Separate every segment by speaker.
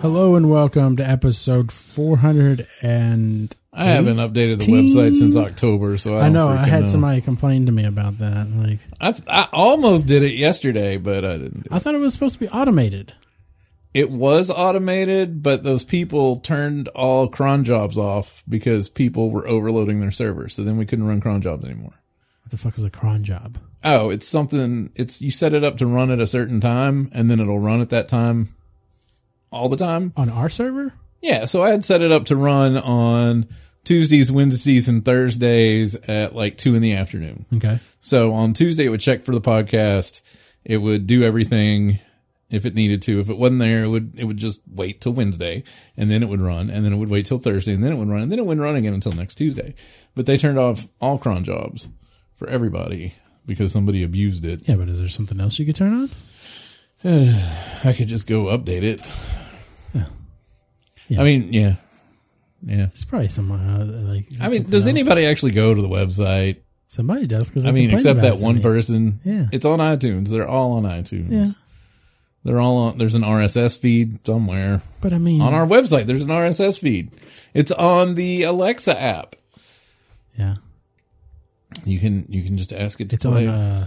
Speaker 1: Hello and welcome to episode 400 and
Speaker 2: I haven't updated the website since October, so I,
Speaker 1: I
Speaker 2: don't
Speaker 1: know I
Speaker 2: freaking
Speaker 1: had
Speaker 2: know.
Speaker 1: somebody complain to me about that. Like
Speaker 2: I, I almost did it yesterday, but I didn't. Do it.
Speaker 1: I thought it was supposed to be automated.
Speaker 2: it was automated, but those people turned all cron jobs off because people were overloading their servers, so then we couldn't run cron jobs anymore.
Speaker 1: What the fuck is a cron job?
Speaker 2: Oh, it's something. It's you set it up to run at a certain time, and then it'll run at that time all the time.
Speaker 1: On our server?
Speaker 2: Yeah, so I had set it up to run on Tuesdays, Wednesdays, and Thursdays at like two in the afternoon.
Speaker 1: Okay.
Speaker 2: So on Tuesday, it would check for the podcast. It would do everything if it needed to. If it wasn't there, it would, it would just wait till Wednesday and then it would run and then it would wait till Thursday and then it would run and then it wouldn't run again until next Tuesday. But they turned off all cron jobs for everybody because somebody abused it.
Speaker 1: Yeah, but is there something else you could turn on?
Speaker 2: I could just go update it.
Speaker 1: Yeah.
Speaker 2: I mean, yeah. Yeah.
Speaker 1: It's probably someone uh, like.
Speaker 2: I mean,
Speaker 1: something else.
Speaker 2: does anybody actually go to the website?
Speaker 1: Somebody does because
Speaker 2: I mean, except that one person.
Speaker 1: Yeah.
Speaker 2: It's on iTunes. They're all on iTunes.
Speaker 1: Yeah,
Speaker 2: They're all on, there's an RSS feed somewhere.
Speaker 1: but I mean,
Speaker 2: on our website. There's an RSS feed. It's on the Alexa app.
Speaker 1: yeah,
Speaker 2: You can you can just ask it to
Speaker 1: it's on.
Speaker 2: play.
Speaker 1: Uh,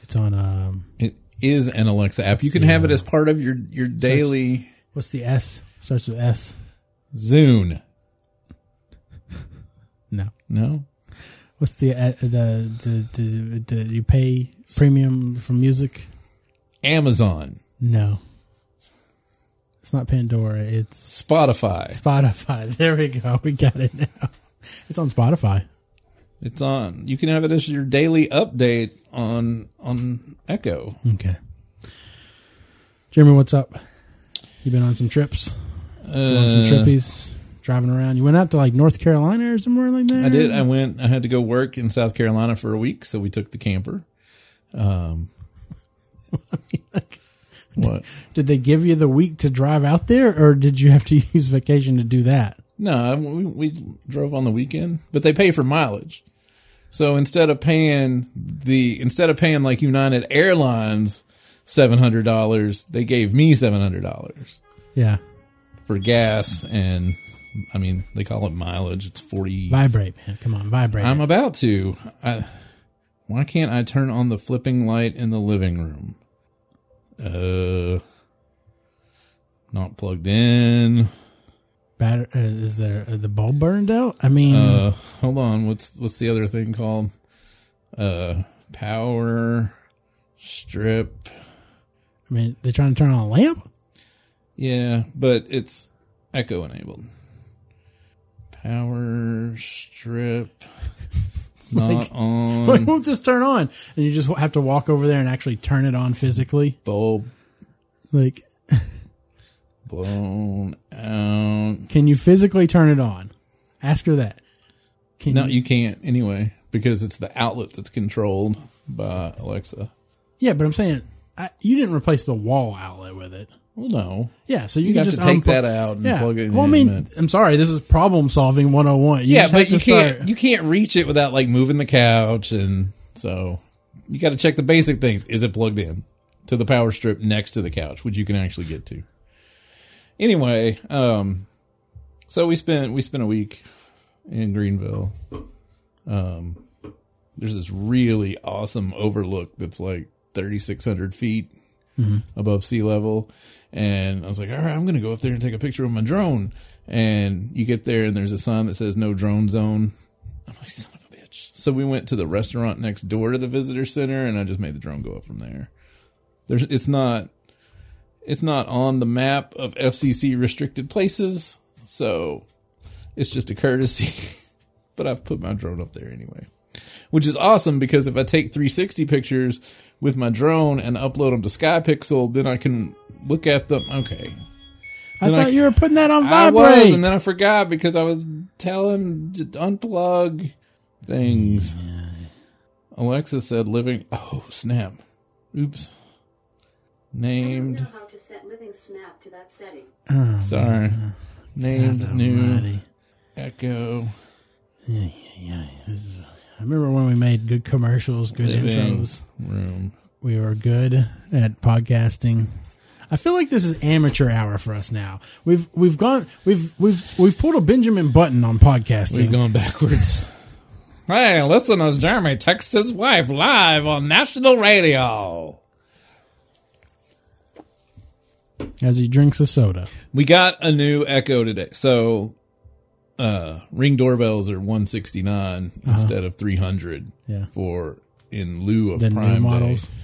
Speaker 1: it's on. Um,
Speaker 2: it is an Alexa app. You can have it as part of your your daily
Speaker 1: what's the S? Starts with S.
Speaker 2: Zune.
Speaker 1: No.
Speaker 2: No,
Speaker 1: What's the uh, the, the, the, the you pay premium for music?
Speaker 2: Amazon,
Speaker 1: No, it's not Pandora. It's
Speaker 2: Spotify.
Speaker 1: Spotify. There we go. We got it now. It's on Spotify.
Speaker 2: It's on. You can have it as your daily update on on Echo.
Speaker 1: Okay. Jeremy, what's up? You been on some trips? You on some
Speaker 2: Uh,
Speaker 1: trippies? Driving around? You went out to like North Carolina or somewhere like that?
Speaker 2: I did. I went. I had to go work in South Carolina for a week, so we took the camper. Um, what?
Speaker 1: Did they give you the week to drive out there, or did you have to use vacation to do that?
Speaker 2: No, we, we drove on the weekend, but they pay for mileage. So instead of paying the instead of paying like United Airlines seven hundred dollars, they gave me seven hundred dollars
Speaker 1: Yeah,
Speaker 2: for gas and I mean they call it mileage. It's forty.
Speaker 1: vibrate, man. Come on, vibrate.
Speaker 2: I'm about to. I, why can't I turn on the flipping light in the living room? Uh, not plugged in.
Speaker 1: Batter, uh, is there uh, the bulb burned out? I mean,
Speaker 2: Uh, hold on. What's what's the other thing called? Uh, power strip.
Speaker 1: I mean, they're trying to turn on a lamp.
Speaker 2: Yeah, but it's echo enabled. Power strip. Not
Speaker 1: like-
Speaker 2: on
Speaker 1: Why won't this turn on? And you just have to walk over there and actually turn it on physically.
Speaker 2: bulb
Speaker 1: Like,
Speaker 2: blown out.
Speaker 1: can you physically turn it on? Ask her that. Can
Speaker 2: No,
Speaker 1: you,
Speaker 2: you can't anyway because it's the outlet that's controlled by Alexa.
Speaker 1: yeah, but I'm saying I, you didn't replace the wall outlet with it.
Speaker 2: Well, no,
Speaker 1: Yeah, so you,
Speaker 2: you
Speaker 1: can
Speaker 2: have to
Speaker 1: just
Speaker 2: take
Speaker 1: unplug-
Speaker 2: that out and
Speaker 1: Yeah.
Speaker 2: plug it in.
Speaker 1: well, I mean,
Speaker 2: and-
Speaker 1: I'm sorry. This is problem solving 101. You
Speaker 2: yeah,
Speaker 1: just have
Speaker 2: but
Speaker 1: to
Speaker 2: you can't
Speaker 1: start-
Speaker 2: you can't reach it without like moving the couch, and so you got to check the basic things. Is it plugged in to the power strip next to the couch, which you can actually get to? Anyway, um, so we spent we spent a week in Greenville. Um, there's this really awesome overlook that's like 3,600 feet above sea level. And I was like, all right, I'm going to go up there and take a picture with my drone. And you get there and there's a sign that says no drone zone. I'm like, son of a bitch. So we went to the restaurant next door to the visitor center and I just made the drone go up from there. There's, it's not, it's not on the map of FCC restricted places. So it's just a courtesy, but I've put my drone up there anyway which is awesome because if I take 360 pictures with my drone and upload them to SkyPixel, then I can look at them. Okay.
Speaker 1: I
Speaker 2: then I-
Speaker 1: thought you were putting that on
Speaker 2: I
Speaker 1: vibrate.
Speaker 2: was, and then I forgot because I was telling to unplug things. Alexa said living. Oh, snap. Oops.
Speaker 3: I don't
Speaker 2: Named.
Speaker 3: know how to set Living Snap to that setting.
Speaker 2: Sorry. Named new
Speaker 1: Almighty.
Speaker 2: Echo.
Speaker 1: Yeah, this is- I remember when we made good commercials, good
Speaker 2: Living
Speaker 1: intros.
Speaker 2: room.
Speaker 1: We were good at podcasting. I feel like this is amateur hour for us now. We've we've gone we've we've we've pulled a Benjamin Button on podcasting.
Speaker 2: We've gone backwards. hey, listen as Jeremy texts his wife live on national radio.
Speaker 1: as he drinks a soda.
Speaker 2: We got a new Echo today. So uh ring doorbells are 169 instead of 300
Speaker 1: Uh-huh. Yeah.
Speaker 2: for in lieu of
Speaker 1: The new
Speaker 2: prime
Speaker 1: models.
Speaker 2: Day.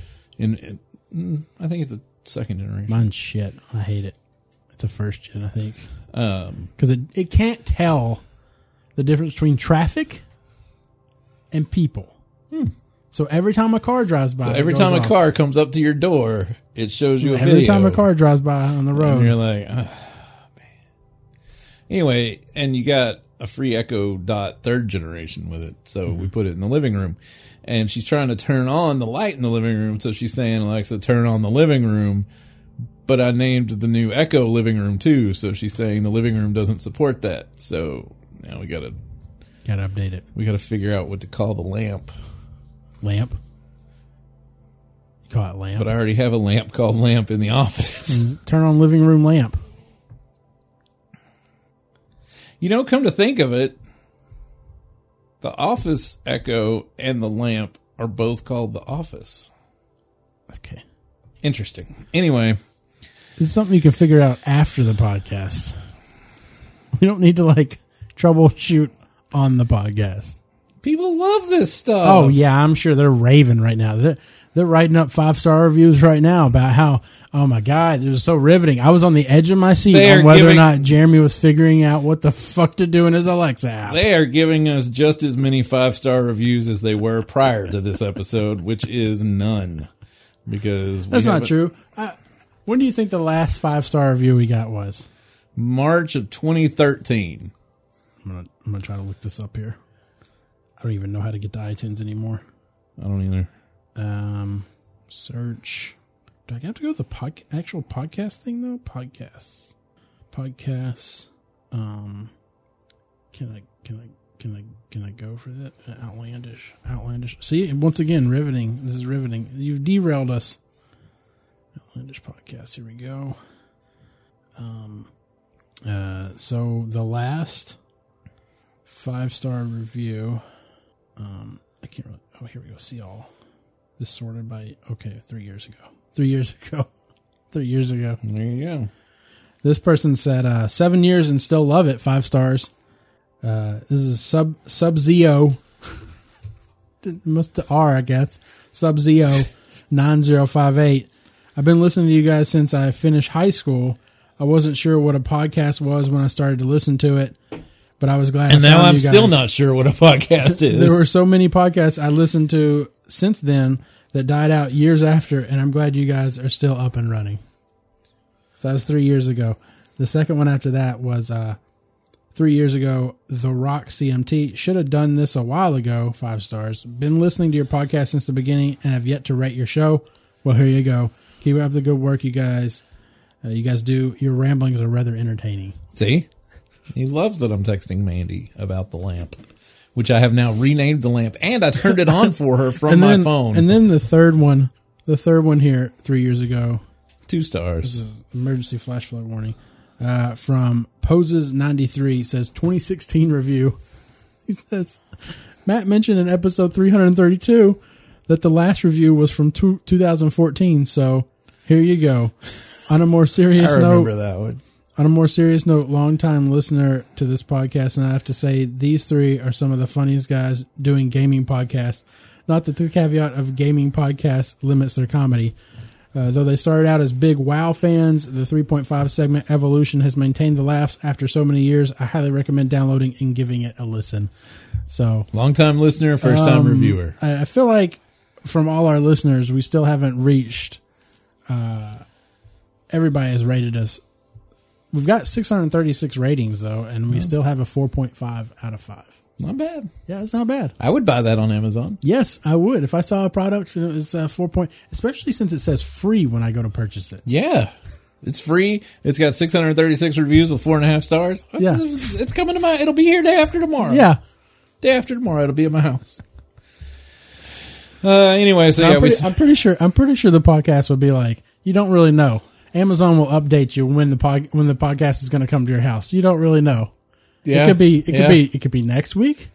Speaker 2: In, in- mm, I think it's the second generation.
Speaker 1: Mine's shit. I hate it. It's a first gen, I think. Um, because it it can't tell the difference between traffic and people. So every time a car drives by,
Speaker 2: Hmm. So
Speaker 1: it
Speaker 2: every
Speaker 1: goes
Speaker 2: time a
Speaker 1: off.
Speaker 2: car comes up to your door, it shows you a
Speaker 1: every
Speaker 2: video.
Speaker 1: time a car drives by on the
Speaker 2: and you're
Speaker 1: road,
Speaker 2: like, "Ah, man. Anyway, and you got a free Echo Dot third generation with it, so we put it in the living room, and she's trying to turn on the light in the living room, so she's saying Alexa, turn on the living room. But I named the new Echo living room too, so she's saying the living room doesn't support that. So now we gotta
Speaker 1: gotta update it.
Speaker 2: we gotta figure out what to call the lamp.
Speaker 1: Lamp. You call it lamp.
Speaker 2: But I already have a lamp called lamp in the office.
Speaker 1: Turn on living room lamp.
Speaker 2: You know, come to think of it, the office echo and the lamp are both called the office.
Speaker 1: Okay.
Speaker 2: Interesting. Anyway,
Speaker 1: This is something you can figure out after the podcast. We don't need to like troubleshoot on the podcast.
Speaker 2: people love this stuff.
Speaker 1: Oh yeah, I'm sure they're raving right now. They're they're writing up five star reviews right now about how oh my god, it was so riveting. I was on the edge of my seat
Speaker 2: They are
Speaker 1: on whether
Speaker 2: giving-
Speaker 1: or not Jeremy was figuring out what the fuck to do in his Alexa app.
Speaker 2: They are giving us just as many five star reviews as they were prior to this episode, which is none. Because we
Speaker 1: That's not
Speaker 2: haven't-
Speaker 1: true. I, when do you think the last five star review we got was?
Speaker 2: March of 2013.
Speaker 1: I'm gonna I'm gonna try to look this up here. I don't even know how to get to iTunes anymore.
Speaker 2: I don't either.
Speaker 1: Um, search. Do I have to go to the pod- actual podcast thing though? Podcasts, podcasts. Um, can I can I can I can I go for that? Uh, Outlandish, outlandish. See, and once again, riveting. This is riveting. You've derailed us. Outlandish podcast. Here we go. Um, uh, so the last five star review. Um, I can't really. Oh, here we go. See all. This sorted by okay, three years ago. Three years ago. three years ago.
Speaker 2: There you go.
Speaker 1: This person said uh, seven years and still love it. Five stars. Uh, this is sub sub zio. Must the R, I guess. Sub zio nine zero five eight. I've been listening to you guys since I finished high school. I wasn't sure what a podcast was when I started to listen to it, but I was glad.
Speaker 2: And
Speaker 1: I
Speaker 2: now
Speaker 1: found
Speaker 2: I'm
Speaker 1: you
Speaker 2: still
Speaker 1: guys.
Speaker 2: not sure what a podcast is.
Speaker 1: There were so many podcasts I listened to since then that died out years after, and I'm glad you guys are still up and running. So that was three years ago. The second one after that was uh, three years ago. The Rock CMT should have done this a while ago. Five stars. Been listening to your podcast since the beginning and have yet to rate your show. Well, here you go. Keep up the good work, you guys. Uh, you guys do. Your ramblings are rather entertaining.
Speaker 2: See? He loves that I'm texting Mandy about the lamp, which I have now renamed the lamp and I turned it on for her from my
Speaker 1: then,
Speaker 2: phone.
Speaker 1: And then the third one. The third one here, three years ago,
Speaker 2: two stars.
Speaker 1: emergency flash flood warning uh, from poses 93 says 2016 review he says matt mentioned in episode 332 that the last review was from two, 2014 so here you go on a more
Speaker 2: I
Speaker 1: serious
Speaker 2: remember
Speaker 1: note
Speaker 2: that one.
Speaker 1: on a more serious note longtime listener to this podcast and i have to say these three are some of the funniest guys doing gaming podcasts not that the caveat of gaming podcasts limits their comedy uh, though they started out as big WoW fans, the 3.5 segment evolution has maintained the laughs after so many years. I highly recommend downloading and giving it a listen. So,
Speaker 2: Longtime listener, first time
Speaker 1: Um,
Speaker 2: reviewer.
Speaker 1: I, I feel like from all our listeners, we still haven't reached. Uh, everybody has rated us. We've got 636 ratings though, and we still have a 4.5 out of five.
Speaker 2: Not bad.
Speaker 1: Yeah, it's not bad.
Speaker 2: I would buy that on Amazon.
Speaker 1: Yes, I would if I saw a product and it was uh, four point, especially since it says free when I go to purchase it.
Speaker 2: Yeah. It's free. It's got 636 reviews with four and a half stars. It's, it's coming to my. It'll be here day after tomorrow.
Speaker 1: Yeah,
Speaker 2: day after tomorrow. It'll be at my house. Uh. Anyway, so yeah,
Speaker 1: I'm, uh,
Speaker 2: we
Speaker 1: pretty, I'm pretty sure. I'm pretty sure the podcast would be like, you don't really know. Amazon will update you when the pod, when the podcast is going to come to your house. You don't really know.
Speaker 2: Yeah,
Speaker 1: It could be. It could
Speaker 2: yeah.
Speaker 1: be. It could be next week.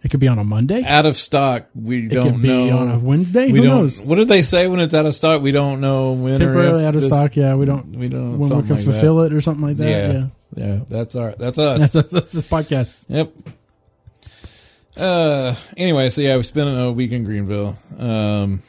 Speaker 1: It could be on a Monday.
Speaker 2: out of stock. We
Speaker 1: it
Speaker 2: don't
Speaker 1: could be
Speaker 2: know.
Speaker 1: on a Wednesday.
Speaker 2: we
Speaker 1: Who
Speaker 2: don't.
Speaker 1: knows?
Speaker 2: What did they say when it's out of stock? We don't know when or
Speaker 1: Temporarily
Speaker 2: if
Speaker 1: out of
Speaker 2: this-
Speaker 1: stock. Yeah, we don't.
Speaker 2: We don't.
Speaker 1: when we
Speaker 2: something
Speaker 1: can
Speaker 2: like that.
Speaker 1: fulfill it or something like that. Yeah.
Speaker 2: yeah, yeah. That's our. That's us.
Speaker 1: That's, that's, that's this podcast.
Speaker 2: Yep. Uh. Anyway, so yeah, we spent a week in Greenville. Um.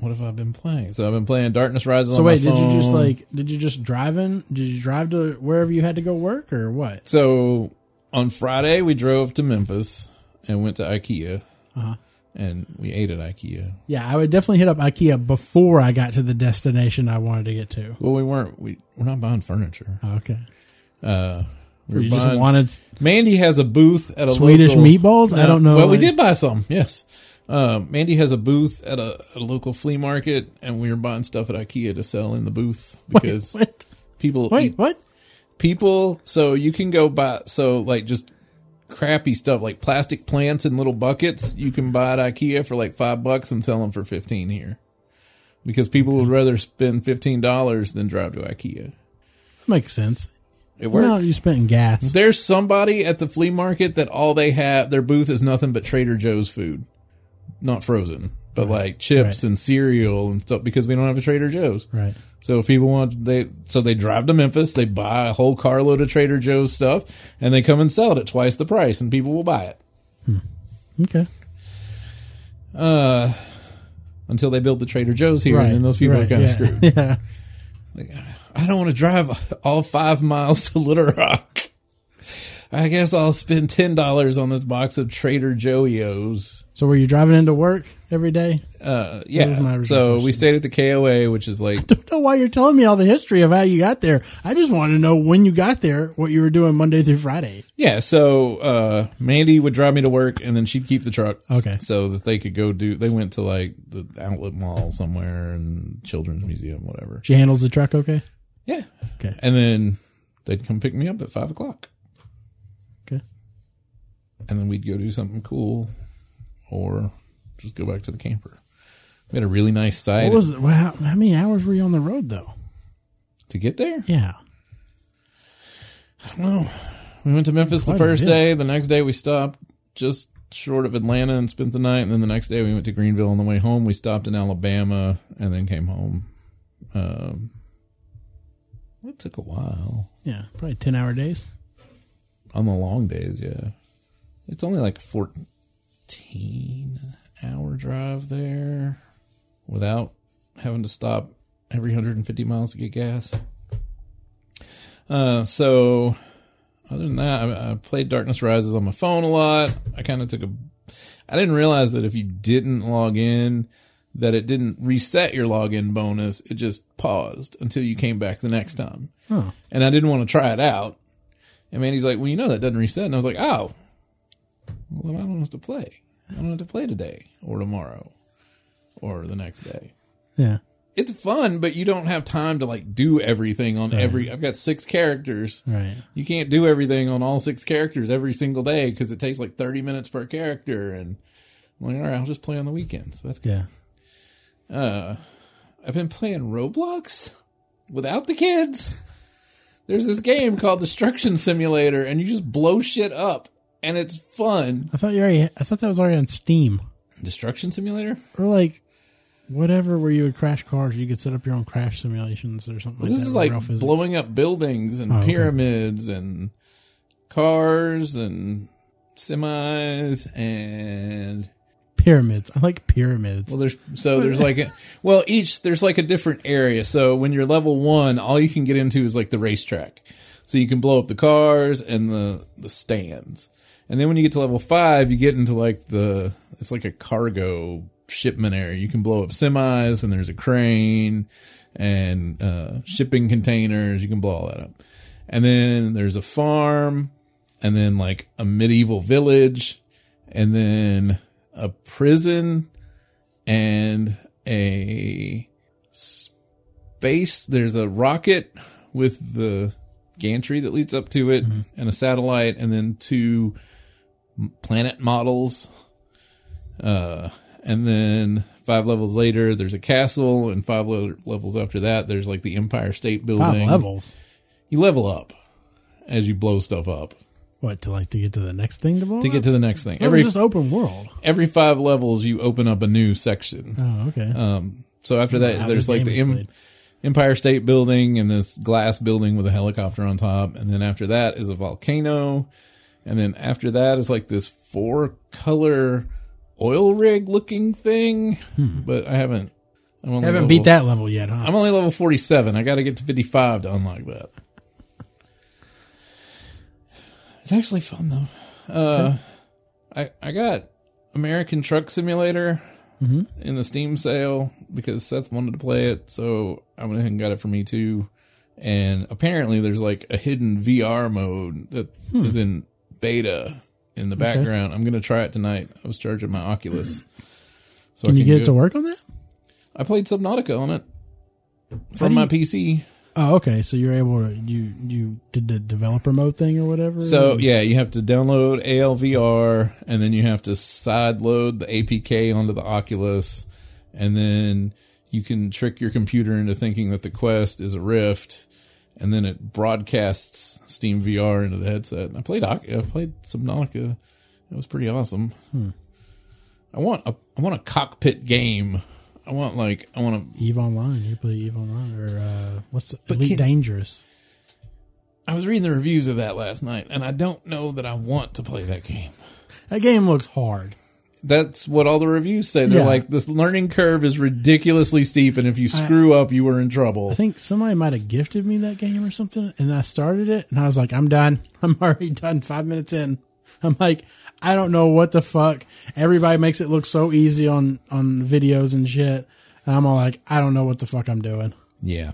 Speaker 2: What have I been playing? So I've been playing Darkness Rises.
Speaker 1: So
Speaker 2: on
Speaker 1: wait,
Speaker 2: my
Speaker 1: did you just
Speaker 2: phone.
Speaker 1: like? Did you just drive in? Did you drive to wherever you had to go work or what?
Speaker 2: So on Friday we drove to Memphis and went to IKEA,
Speaker 1: Uh-huh.
Speaker 2: and we ate at IKEA.
Speaker 1: Yeah, I would definitely hit up IKEA before I got to the destination I wanted to get to. Oh,
Speaker 2: Well, we weren't. We we're not buying furniture.
Speaker 1: Okay, Uh,
Speaker 2: We were
Speaker 1: you just
Speaker 2: buying-
Speaker 1: wanted
Speaker 2: Mandy has a booth at a
Speaker 1: Swedish
Speaker 2: local-
Speaker 1: meatballs? I don't know,
Speaker 2: Well, we
Speaker 1: like-
Speaker 2: did buy some. Yes. Um, Mandy has a booth at a, a local flea market, and we were buying stuff at IKEA to sell in the booth because
Speaker 1: what?
Speaker 2: people
Speaker 1: Wait,
Speaker 2: eat-
Speaker 1: what?
Speaker 2: people. So you can go buy so like just crappy stuff like plastic plants in little buckets. You can buy at IKEA for like five bucks and sell them for fifteen here because people would rather spend fifteen dollars than drive to IKEA.
Speaker 1: Makes sense.
Speaker 2: It works.
Speaker 1: No, you spent in gas.
Speaker 2: There's somebody at the flea market that all they have their booth is nothing but Trader Joe's food, not frozen, but like chips
Speaker 1: Right.
Speaker 2: and cereal and stuff because we don't have a Trader Joe's.
Speaker 1: Right.
Speaker 2: So if people want they so they drive to Memphis, they buy a whole carload of Trader Joe's stuff, and they come and sell it at twice the price, and people will buy it
Speaker 1: Okay.
Speaker 2: until they build the Trader Joe's here,
Speaker 1: Right.
Speaker 2: and then those people are
Speaker 1: right,
Speaker 2: kind of
Speaker 1: yeah.
Speaker 2: screwed.
Speaker 1: Yeah.
Speaker 2: I don't want to drive all five miles to Little Rock. I guess I'll spend ten dollars on this box of Trader Joe's.
Speaker 1: So were you driving into work every day?
Speaker 2: Uh, yeah.
Speaker 1: was my original
Speaker 2: so we
Speaker 1: question.
Speaker 2: stayed at the KOA, which is like
Speaker 1: don't know why you're telling me all the history of how you got there. I just want to know when you got there, what you were doing Monday through Friday.
Speaker 2: yeah. So uh, Mandy would drive me to work, and then she'd keep the truck.
Speaker 1: Okay.
Speaker 2: So that they could go do. They went to like the outlet mall somewhere and children's museum, whatever.
Speaker 1: She handles the truck okay?
Speaker 2: Yeah.
Speaker 1: Okay.
Speaker 2: And then they'd come pick me up at five o'clock,
Speaker 1: Okay.
Speaker 2: and then we'd go do something cool, or just go back to the camper. We had a really nice site
Speaker 1: What was it? Well, how, how many hours were you on the road though?
Speaker 2: to get there.
Speaker 1: Yeah.
Speaker 2: We went to Memphis the
Speaker 1: Quite a
Speaker 2: first
Speaker 1: bit.
Speaker 2: day. The next day we stopped just short of Atlanta and spent the night. And then the next day we went to Greenville. On the way home, we stopped in Alabama and then came home. Um, it took a while
Speaker 1: Yeah. Probably 10 hour days.
Speaker 2: on the long days. Yeah, it's only like a fourteen hour drive there without having to stop every hundred and fifty miles to get gas. Uh, so other than that, I, I played Darkness Rises on my phone a lot. I kind of took a. I didn't realize that if you didn't log in, that it didn't reset your login bonus. It just paused until you came back the next time. And I didn't want to try it out. And Mandy's like, "Well, you know that doesn't reset." And I was like, "Oh, well, then I don't have to play. I don't have to play today or tomorrow or the next day."
Speaker 1: Yeah.
Speaker 2: It's fun, but you don't have time to like do everything on every. I've got six characters.
Speaker 1: Right.
Speaker 2: You can't do everything on all six characters every single day because it takes like 30 minutes per character. And I'm like, all right, I'll just play on the weekends. That's good.
Speaker 1: Yeah.
Speaker 2: I've been playing Roblox without the kids. There's this game called Destruction Simulator, and you just blow shit up, and it's fun.
Speaker 1: I thought you already, I thought that was already on Steam
Speaker 2: Destruction Simulator?
Speaker 1: or like whatever where you would crash cars. You could set up your own crash simulations or something
Speaker 2: This
Speaker 1: that
Speaker 2: is
Speaker 1: with
Speaker 2: like
Speaker 1: real physics.
Speaker 2: blowing up buildings and
Speaker 1: Oh, okay.
Speaker 2: pyramids and cars and semis and
Speaker 1: pyramids. I like pyramids.
Speaker 2: Well, there's so there's like a, well each there's like a different area. So when you're level one, all you can get into is like the racetrack. So you can blow up the cars and the the stands. And then when you get to level five, you get into like the it's like a cargo shipment area. You can blow up semis and there's a crane and uh, shipping containers. You can blow all that up. And then there's a farm and then like a medieval village and then a prison and a space. There's a rocket with the gantry that leads up to it, and a satellite, and then two m- planet models. Uh, And then five levels later, there's a castle, and five le- levels after that, there's like the Empire State Building.
Speaker 1: Five levels.
Speaker 2: You level up as you blow stuff up
Speaker 1: What to like to get to the next thing to blow?
Speaker 2: to get to the next thing.
Speaker 1: it was
Speaker 2: Every
Speaker 1: just open world.
Speaker 2: every five levels, you open up a new section.
Speaker 1: Oh, okay.
Speaker 2: Uh, So after that,
Speaker 1: How
Speaker 2: there's
Speaker 1: this
Speaker 2: like
Speaker 1: game
Speaker 2: the
Speaker 1: is
Speaker 2: em-
Speaker 1: played.
Speaker 2: Empire State Building and this glass building with a helicopter on top, and then after that is a volcano, and then after that is like this four color oil rig looking thing. But I haven't, I'm only
Speaker 1: Hmm. haven't
Speaker 2: level-
Speaker 1: beat that level yet, huh?
Speaker 2: oh. I'm only level 47. I got to get to 55 to unlock that. It's actually fun though. Uh, I I got American Truck Simulator
Speaker 1: Mm-hmm.
Speaker 2: in the Steam sale because Seth wanted to play it, so I went ahead and got it for me too. And apparently, there's like a hidden VR mode that is
Speaker 1: Hmm.
Speaker 2: in beta in the background. I'm gonna try it tonight. I was charging my Oculus. So
Speaker 1: can
Speaker 2: I
Speaker 1: you get it
Speaker 2: go-
Speaker 1: to work on that?
Speaker 2: I played Subnautica on it
Speaker 1: How
Speaker 2: from
Speaker 1: do
Speaker 2: my
Speaker 1: you-
Speaker 2: PC.
Speaker 1: Oh, okay. So you're able to you you did the developer mode thing or whatever.
Speaker 2: So yeah, you have to download ALVR, and then you have to sideload the APK onto the Oculus, and then you can trick your computer into thinking that the Quest is a Rift, and then it broadcasts Steam VR into the headset. And I played Oc- I played Subnautica. It was pretty awesome.
Speaker 1: Hmm.
Speaker 2: I want a I want a cockpit game. I want like I want a
Speaker 1: Eve Online. You play Eve Online or uh, what's the,
Speaker 2: But
Speaker 1: Elite
Speaker 2: can-
Speaker 1: Dangerous?
Speaker 2: I was reading the reviews of that last night, and I don't know that I want to play that game.
Speaker 1: That game looks hard.
Speaker 2: That's what all the reviews say. They're
Speaker 1: Yeah.
Speaker 2: like, this learning curve is ridiculously steep, and if you screw up, you were in trouble.
Speaker 1: I think somebody might have gifted me that game or something, and I started it, and I was like, I'm done. I'm already done. Five minutes in, I'm like, I don't know what the fuck. Everybody makes it look so easy on on videos and shit, and I'm all like, I don't know what the fuck I'm doing.
Speaker 2: yeah.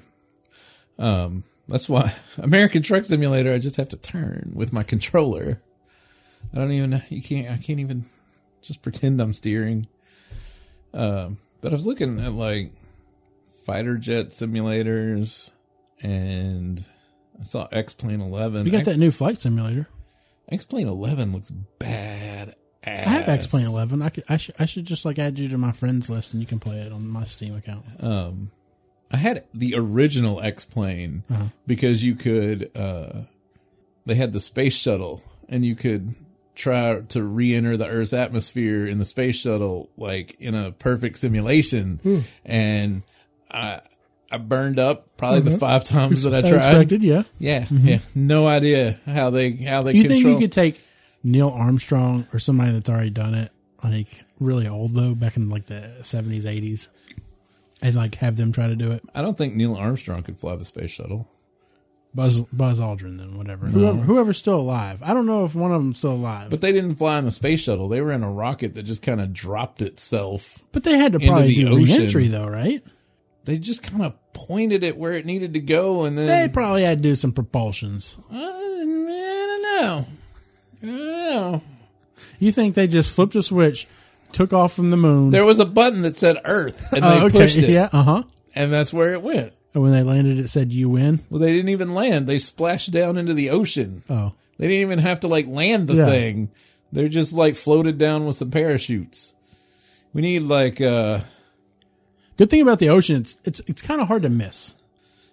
Speaker 2: Um, that's why American Truck Simulator, I just have to turn with my controller. I don't even, you can't, I can't even just pretend I'm steering. Um, but I was looking at like fighter jet simulators, and I saw X Plane 11.
Speaker 1: You got
Speaker 2: X-
Speaker 1: that new flight simulator.
Speaker 2: X Plane 11 looks bad.
Speaker 1: I have X Plane Eleven. I could, I should I should just like add you to my friends list, and you can play it on my Steam account.
Speaker 2: I had the original X plane
Speaker 1: Uh-huh.
Speaker 2: because you could. Uh, they had the space shuttle, and you could try to re-enter the Earth's atmosphere in the space shuttle, like in a perfect simulation.
Speaker 1: Hmm.
Speaker 2: And I, I burned up probably
Speaker 1: Mm-hmm.
Speaker 2: the five times that I
Speaker 1: I
Speaker 2: tried.
Speaker 1: expected, yeah.
Speaker 2: Yeah, yeah. No idea how they how they
Speaker 1: Mm-hmm. You think
Speaker 2: control.
Speaker 1: you could take Neil Armstrong or somebody that's already done it, like really old though, back in like the seventies, eighties, and like have them try to do it?
Speaker 2: I don't think Neil Armstrong could fly the space shuttle.
Speaker 1: Buzz Buzz Aldrin, then whatever, whoever, whoever's still alive. I don't know if one of them's still alive, but,
Speaker 2: But they didn't fly in a space shuttle. They were in a rocket that just kind of dropped itself.
Speaker 1: but they had to
Speaker 2: Into
Speaker 1: probably
Speaker 2: the
Speaker 1: do
Speaker 2: ocean.
Speaker 1: reentry though, right?
Speaker 2: They just kind of pointed it where it needed to go, and
Speaker 1: They
Speaker 2: then
Speaker 1: probably had to do some propulsions.
Speaker 2: I don't know. I don't know.
Speaker 1: You think they just flipped a switch, took off from the moon?
Speaker 2: There was a button that said Earth, and they
Speaker 1: Oh, okay,
Speaker 2: pushed it,
Speaker 1: yeah, uh huh.
Speaker 2: and that's where it went.
Speaker 1: And when they landed, it said "You win."
Speaker 2: Well, they didn't even land. They splashed down into the ocean.
Speaker 1: Oh,
Speaker 2: They didn't even have to like land the
Speaker 1: Yeah.
Speaker 2: thing. They're just like floated down with some parachutes. We need like uh
Speaker 1: good thing about the ocean, it's it's, it's kind of hard to miss.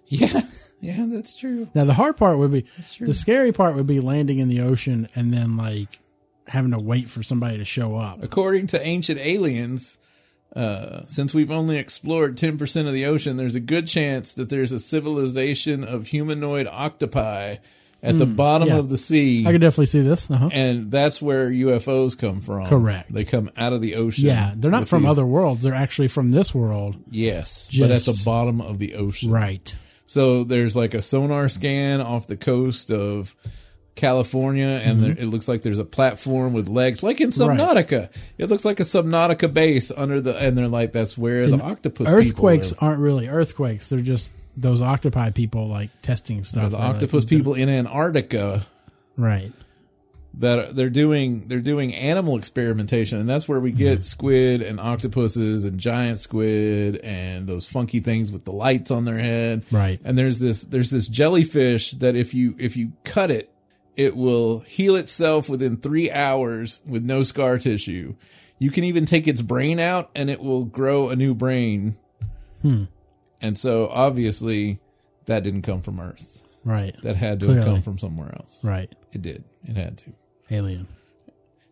Speaker 2: yeah. Yeah, that's true.
Speaker 1: Now the hard part would be
Speaker 2: true.
Speaker 1: the scary part would be landing in the ocean and then like having to wait for somebody to show up.
Speaker 2: According to ancient aliens, uh, since we've only explored 10% of the ocean, there's a good chance that there's a civilization of humanoid octopi at the bottom
Speaker 1: Hmm, yeah.
Speaker 2: of the sea.
Speaker 1: I could definitely see this. Uh huh.
Speaker 2: and that's where UFOs come from.
Speaker 1: Correct.
Speaker 2: They come out of the ocean.
Speaker 1: Yeah, they're not
Speaker 2: with
Speaker 1: from
Speaker 2: these-
Speaker 1: other worlds. They're actually from this world.
Speaker 2: Yes, but at the
Speaker 1: Just-
Speaker 2: bottom of the ocean.
Speaker 1: Right.
Speaker 2: So there's like a sonar scan off the coast of California, and there, it looks like there's a platform with legs, like in Subnautica. It looks like a Subnautica base under the, and they're like, that's where the octopus
Speaker 1: Earthquakes
Speaker 2: People
Speaker 1: aren't really earthquakes. They're just those octopi people like testing
Speaker 2: are.
Speaker 1: stuff.
Speaker 2: The
Speaker 1: They're like-
Speaker 2: octopus people in Antarctica
Speaker 1: Right.
Speaker 2: that are, they're doing they're doing animal experimentation, and that's where we
Speaker 1: Mm-hmm.
Speaker 2: get squid and octopuses and giant squid and those funky things with the lights on their head.
Speaker 1: Right.
Speaker 2: And there's this there's this jellyfish that if you if you cut it, it will heal itself within three hours with no scar tissue. You can even take its brain out and it will grow a new brain.
Speaker 1: Hmm.
Speaker 2: And so obviously that didn't come from Earth.
Speaker 1: Right.
Speaker 2: That had to have
Speaker 1: Clearly.
Speaker 2: come from somewhere else.
Speaker 1: Right.
Speaker 2: It did. It had to.
Speaker 1: Alien.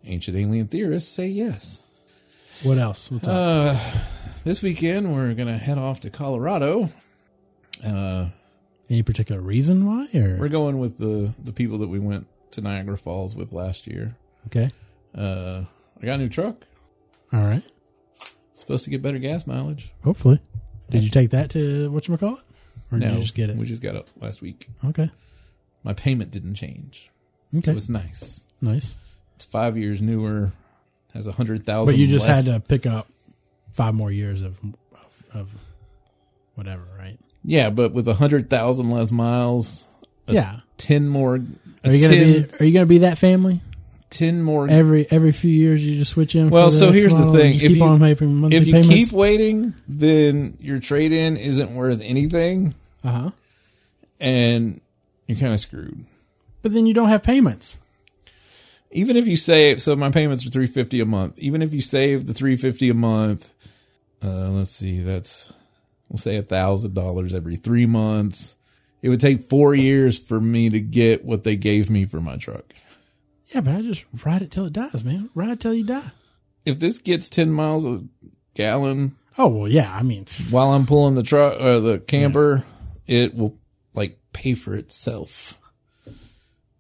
Speaker 2: Ancient alien theorists say yes.
Speaker 1: What else? What's
Speaker 2: Uh,
Speaker 1: up?
Speaker 2: This weekend we're gonna head off to Colorado.
Speaker 1: Any particular reason why?
Speaker 2: We're
Speaker 1: Or
Speaker 2: going with the the people that we went to Niagara Falls with last year.
Speaker 1: okay.
Speaker 2: Uh, I got a new truck.
Speaker 1: All right.
Speaker 2: supposed to get better gas mileage.
Speaker 1: Hopefully. Did you take that to what you call it, or did
Speaker 2: no,
Speaker 1: you just get it?
Speaker 2: We just got it last week.
Speaker 1: okay.
Speaker 2: My payment didn't change.
Speaker 1: Okay.
Speaker 2: It was nice.
Speaker 1: nice.
Speaker 2: It's five years newer. Has a hundred thousand.
Speaker 1: But you just
Speaker 2: less-
Speaker 1: had to pick up five more years of of, of whatever, right?
Speaker 2: Yeah, but with a hundred thousand less miles,
Speaker 1: yeah.
Speaker 2: ten more.
Speaker 1: Are you gonna be Are you gonna be that family?
Speaker 2: ten more?
Speaker 1: Every every few years, you just switch in.
Speaker 2: Well,
Speaker 1: for the
Speaker 2: so
Speaker 1: next
Speaker 2: here's the
Speaker 1: model and
Speaker 2: thing.
Speaker 1: just
Speaker 2: If
Speaker 1: keep
Speaker 2: you-
Speaker 1: on making monthly
Speaker 2: if you
Speaker 1: payments.
Speaker 2: keep waiting, then your trade in isn't worth anything,
Speaker 1: uh huh.
Speaker 2: and you're kind of screwed.
Speaker 1: But then you don't have payments.
Speaker 2: even if you save so my payments are 350 a month even if you save the 350 a month uh let's see that's we'll say a thousand dollars every three months it would take four years for me to get what they gave me for my truck
Speaker 1: Yeah, but I just ride it till it dies, man. Ride it till you die.
Speaker 2: if this gets 10 miles a gallon
Speaker 1: Oh well, yeah. I mean, pff,
Speaker 2: while i'm pulling the truck or the camper it will like pay for itself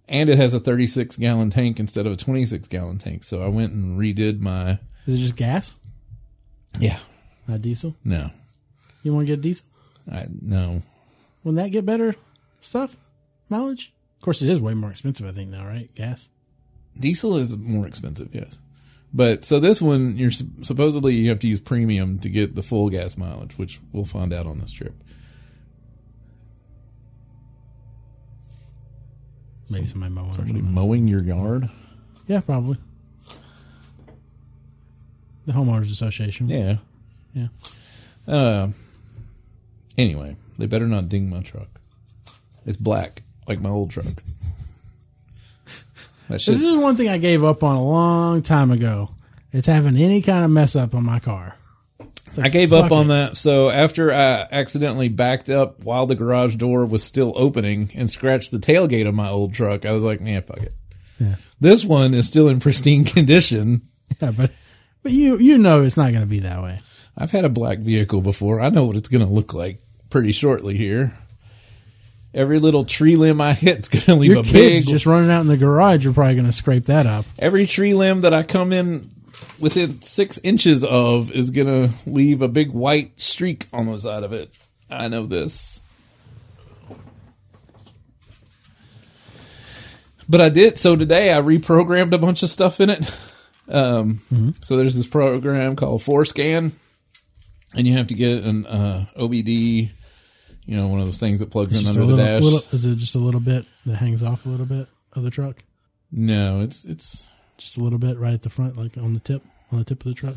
Speaker 2: and it has a 36 gallon tank instead of a 26 gallon tank so i went and redid my
Speaker 1: is it just gas,
Speaker 2: yeah
Speaker 1: not diesel?
Speaker 2: no
Speaker 1: You want to get diesel?
Speaker 2: I no.
Speaker 1: Wouldn't that get better stuff mileage? Of course, it is way more expensive. I think now, right? Gas.
Speaker 2: Diesel is more expensive, yes. But so this one, you're sup- supposedly you have to use premium to get the full gas mileage, which we'll find out on this trip.
Speaker 1: Maybe somebody might want to.
Speaker 2: Mowing your yard?
Speaker 1: Yeah, probably. The homeowners association.
Speaker 2: Yeah.
Speaker 1: Yeah.
Speaker 2: Uh, anyway, they better not ding my truck. It's black, like my old truck. That
Speaker 1: This
Speaker 2: shit.
Speaker 1: is one thing I gave up on a long time ago. It's having any kind of mess up on my car. It's like,
Speaker 2: I gave up
Speaker 1: fuck
Speaker 2: on
Speaker 1: it.
Speaker 2: that. So after I accidentally backed up while the garage door was still opening and scratched the tailgate of my old truck, I was like, man, fuck it.
Speaker 1: Yeah.
Speaker 2: This one is still in pristine condition.
Speaker 1: Yeah, but but you you know it's not going to be that way.
Speaker 2: I've had a black vehicle before. I know what it's going to look like pretty shortly here. Every little tree limb I hit's going to leave
Speaker 1: Your
Speaker 2: a big.
Speaker 1: kids just running out in the garage. You're probably going to scrape that up.
Speaker 2: every tree limb that I come in within six inches of is going to leave a big white streak on the side of it. I know this. But I did. So today I reprogrammed a bunch of stuff in it. Um, So there's this program called Forescan, and you have to get an uh, OBD, you know, one of those things that plugs in
Speaker 1: Just
Speaker 2: under
Speaker 1: a
Speaker 2: the
Speaker 1: little-
Speaker 2: dash.
Speaker 1: little- is it just a little bit that hangs off a little bit of the truck?
Speaker 2: No, it's it's
Speaker 1: Just a little bit right at the front, like on the tip, on the tip of the truck.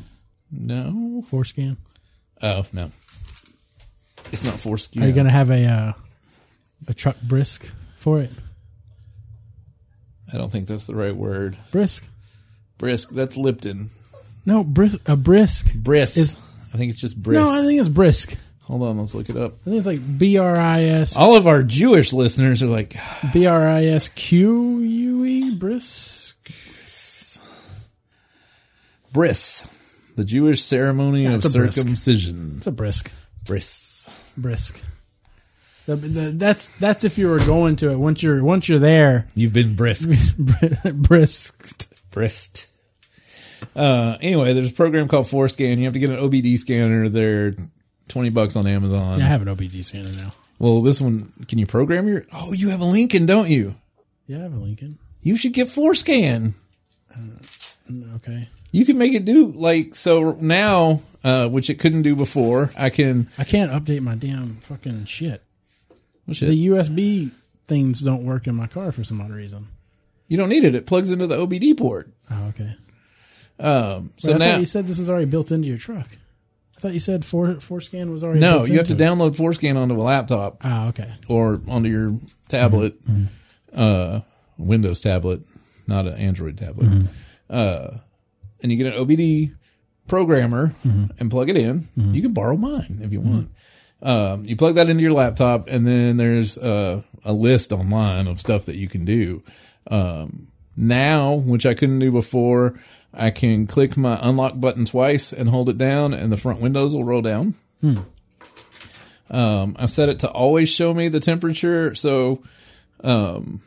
Speaker 2: no.
Speaker 1: Foreskin.
Speaker 2: Oh no, it's not foreskin.
Speaker 1: Are you going to have a uh, a truck brisk for it?
Speaker 2: I don't think that's the right word.
Speaker 1: Brisk?
Speaker 2: Brisk. That's Lipton.
Speaker 1: No, brisk. A brisk.
Speaker 2: Brisk.
Speaker 1: Is-
Speaker 2: I think it's just brisk.
Speaker 1: No, I think it's brisk.
Speaker 2: Hold on, let's look it up.
Speaker 1: I think it's like B R I S
Speaker 2: All of our Jewish listeners are like,
Speaker 1: B R I S Q U E brisk.
Speaker 2: bris, the Jewish ceremony of
Speaker 1: That's a brisk.
Speaker 2: circumcision.
Speaker 1: It's a brisk.
Speaker 2: Bris.
Speaker 1: Brisk. The, the, that's that's if you were going to it. Once you're once you're there,
Speaker 2: You've been brisk.
Speaker 1: brisk.
Speaker 2: Brist. Uh, anyway, there's a program called Forescan. You have to get an OBD scanner. They're twenty bucks on Amazon.
Speaker 1: I have an OBD scanner now.
Speaker 2: Well, this one, can you program your? Oh, you have a Lincoln, don't you?
Speaker 1: Yeah, I have a Lincoln.
Speaker 2: You should get Forescan.
Speaker 1: Okay.
Speaker 2: You can make it do like so now, uh, which it couldn't do before. I can.
Speaker 1: I can't update my damn fucking shit.
Speaker 2: oh, shit.
Speaker 1: The USB things don't work in my car for some odd reason.
Speaker 2: you don't need it. It plugs into the OBD port.
Speaker 1: Oh, okay.
Speaker 2: Um, so
Speaker 1: But I
Speaker 2: now,
Speaker 1: thought you said this was already built into your truck. I thought you said four forescan was already
Speaker 2: no,
Speaker 1: built
Speaker 2: you have to
Speaker 1: into it.
Speaker 2: download Forescan onto a laptop
Speaker 1: Oh, okay.
Speaker 2: or onto your tablet, uh, Windows tablet, not an Android tablet. Uh, and you get an OBD programmer and plug it in. You can borrow mine if you want. Um, you plug that into your laptop, and then there's uh, a list online of stuff that you can do. Um, now, which I couldn't do before, I can click my unlock button twice and hold it down, and the front windows will roll down. Um, I set it to always show me the temperature. So, um,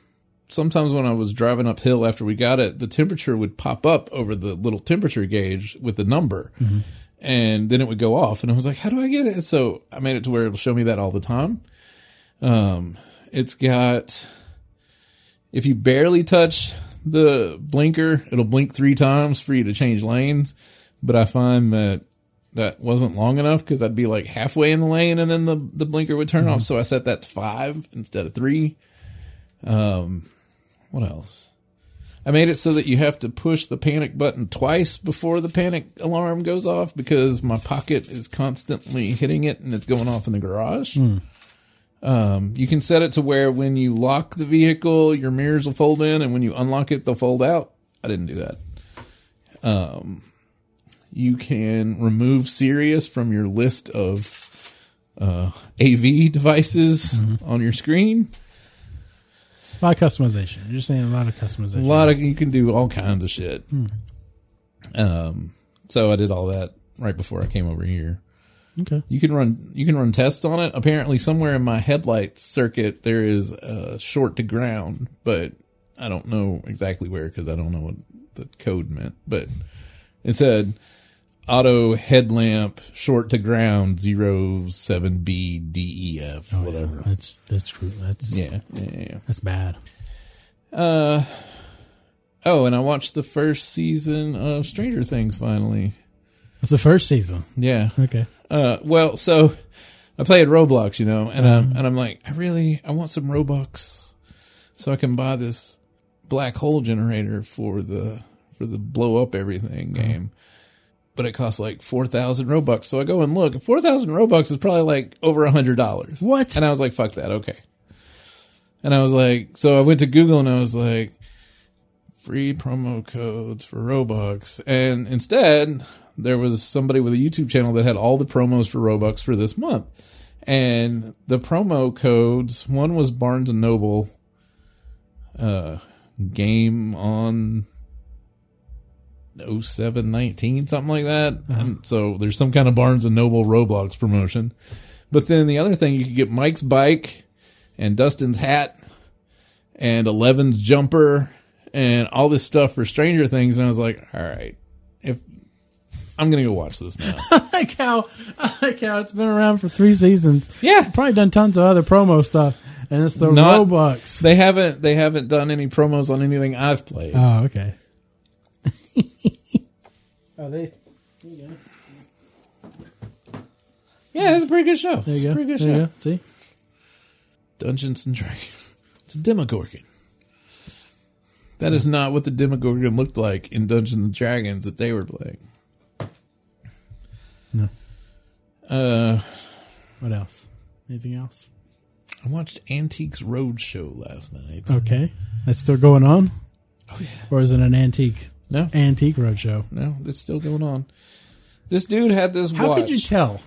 Speaker 2: sometimes when I was driving uphill after we got it, the temperature would pop up over the little temperature gauge with the number. And then it would go off. And I was like, how do I get it? So I made it to where it'll show me that all the time. Um, it's got, if you barely touch the blinker, it'll blink three times for you to change lanes. But I find that that wasn't long enough because I'd be like halfway in the lane and then the, the blinker would turn off. So I set that to five instead of three. Um, What else? I made it so that you have to push the panic button twice before the panic alarm goes off because my pocket is constantly hitting it and it's going off in the garage. Um, you can set it to where when you lock the vehicle, your mirrors will fold in, and when you unlock it, they'll fold out. I didn't do that. Um, you can remove Sirius from your list of uh, AV devices on your screen.
Speaker 1: A lot of customization. You're just saying a lot of customization.
Speaker 2: A lot of you can do all kinds of shit. Um, so I did all that right before I came over here.
Speaker 1: Okay.
Speaker 2: You can run you can run tests on it. Apparently, somewhere in my headlight circuit there is a short to ground, but I don't know exactly where because I don't know what the code meant. But it said auto headlamp short to ground zero seven B D E F whatever.
Speaker 1: That's that's true. That's yeah.
Speaker 2: yeah, yeah, yeah. yeah.
Speaker 1: That's bad.
Speaker 2: Uh oh, and I watched the first season of Stranger Things finally.
Speaker 1: That's the first season.
Speaker 2: Yeah.
Speaker 1: Okay.
Speaker 2: Uh well, so I played Roblox, you know, and I'm and I'm like, I really I want some Robux so I can buy this black hole generator for the for the blow up everything game. But it costs like four thousand Robux. So I go and look, and four thousand Robux is probably like over a hundred dollars.
Speaker 1: What?
Speaker 2: And I was like, fuck that, okay. And I was like, so I went to Google and I was like, free promo codes for Robux. And instead, there was somebody with a YouTube channel that had all the promos for Robux for this month. And the promo codes, one was Barnes and Noble, uh, game on 0719, something like that. And so there's some kind of Barnes and Noble Roblox promotion. But then the other thing, you could get Mike's bike and Dustin's hat and Eleven's jumper and all this stuff for Stranger Things. And I was like, all right, if I'm going to go watch this now.
Speaker 1: I like how I like how it's been around for three seasons.
Speaker 2: yeah.
Speaker 1: Probably done tons of other promo stuff, and it's the
Speaker 2: Not-
Speaker 1: Robux.
Speaker 2: They haven't, they haven't done any promos on anything I've played.
Speaker 1: oh, okay. oh, they. There you go.
Speaker 2: yeah, it's a pretty good show.
Speaker 1: There
Speaker 2: it's
Speaker 1: you go.
Speaker 2: a pretty good
Speaker 1: There
Speaker 2: show.
Speaker 1: you go. See,
Speaker 2: Dungeons and Dragons. It's a Demogorgon. That is not what the Demogorgon looked like in Dungeons and Dragons that they were playing.
Speaker 1: No.
Speaker 2: Uh,
Speaker 1: what else? Anything else?
Speaker 2: I watched Antiques Roadshow last night.
Speaker 1: Okay, that's still going on,
Speaker 2: Oh, yeah.
Speaker 1: or is it an antique
Speaker 2: No,
Speaker 1: antique roadshow?
Speaker 2: no, it's still going on. This dude had this
Speaker 1: How
Speaker 2: watch.
Speaker 1: could you tell?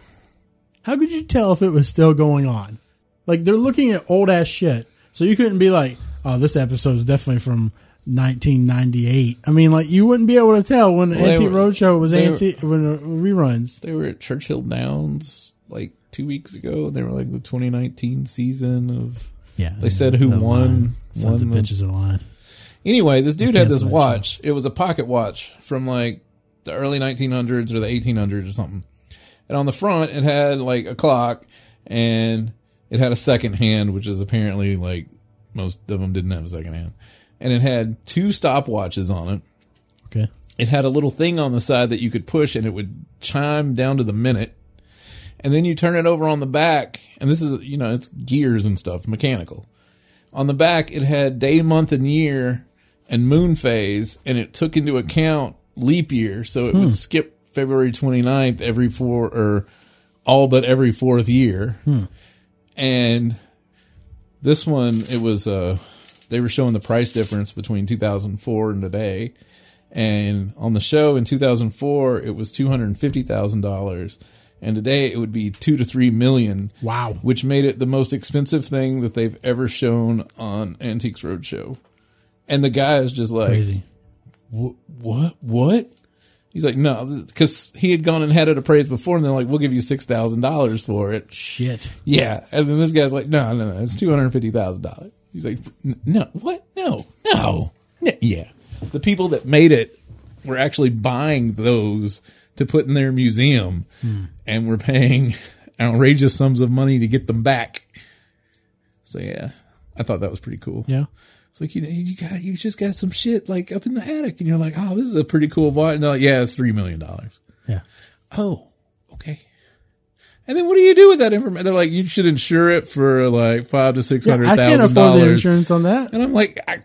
Speaker 1: How could you tell if it was still going on? Like they're looking at old ass shit, so you couldn't be like, "Oh, this episode is definitely from 1998." I mean, like you wouldn't be able to tell when
Speaker 2: they
Speaker 1: Antique
Speaker 2: were-
Speaker 1: Roadshow was
Speaker 2: they were-
Speaker 1: antique when it reruns.
Speaker 2: they were at Churchill Downs like two weeks ago, and they were like the 2019 season of.
Speaker 1: Yeah,
Speaker 2: They said who won.
Speaker 1: Sons
Speaker 2: won
Speaker 1: of
Speaker 2: the-
Speaker 1: bitches are lying.
Speaker 2: Anyway, this dude had this
Speaker 1: cancellation.
Speaker 2: watch. It was a pocket watch from like the early 1900s or the 1800s or something. And on the front, it had like a clock and it had a second hand, which is apparently like most of them didn't have a second hand. And it had two stopwatches on it.
Speaker 1: Okay,
Speaker 2: It had a little thing on the side that you could push and it would chime down to the minute. And then you turn it over on the back. And this is, you know, it's gears and stuff, mechanical. On the back, it had day, month, and year and moon phase. And it took into account leap year. So it would skip February 29th every four or all but every fourth year. And this one, it was, uh, they were showing the price difference between 2004 and today And on the show in 2004, it was $250,000. And today it would be two to three million.
Speaker 1: Wow.
Speaker 2: Which made it the most expensive thing that they've ever shown on Antiques Roadshow. And the guy is just like,
Speaker 1: Crazy.
Speaker 2: "Wh- what? What? He's like, no, because he had gone and had it appraised before, and they're like, we'll give you $6,000 for it.
Speaker 1: Shit.
Speaker 2: Yeah. And then this guy's like, no, no, no, it's $250,000. He's like, "N- no, what? No, no. N- yeah. The people that made it were actually buying those to put in their museum and were paying outrageous sums of money to get them back. So, yeah, I thought that was pretty cool.
Speaker 1: Yeah.
Speaker 2: It's like, you know, you got, you just got some shit like up in the attic and you're like, oh, this is a pretty cool vault. And they're like, yeah, it's $3 million.
Speaker 1: Yeah.
Speaker 2: Oh, okay. And then what do you do with that information? They're like, you should insure it for like five to six
Speaker 1: Yeah,
Speaker 2: hundred
Speaker 1: I can't
Speaker 2: thousand
Speaker 1: afford the
Speaker 2: dollars.
Speaker 1: insurance on that.
Speaker 2: And I'm like, I,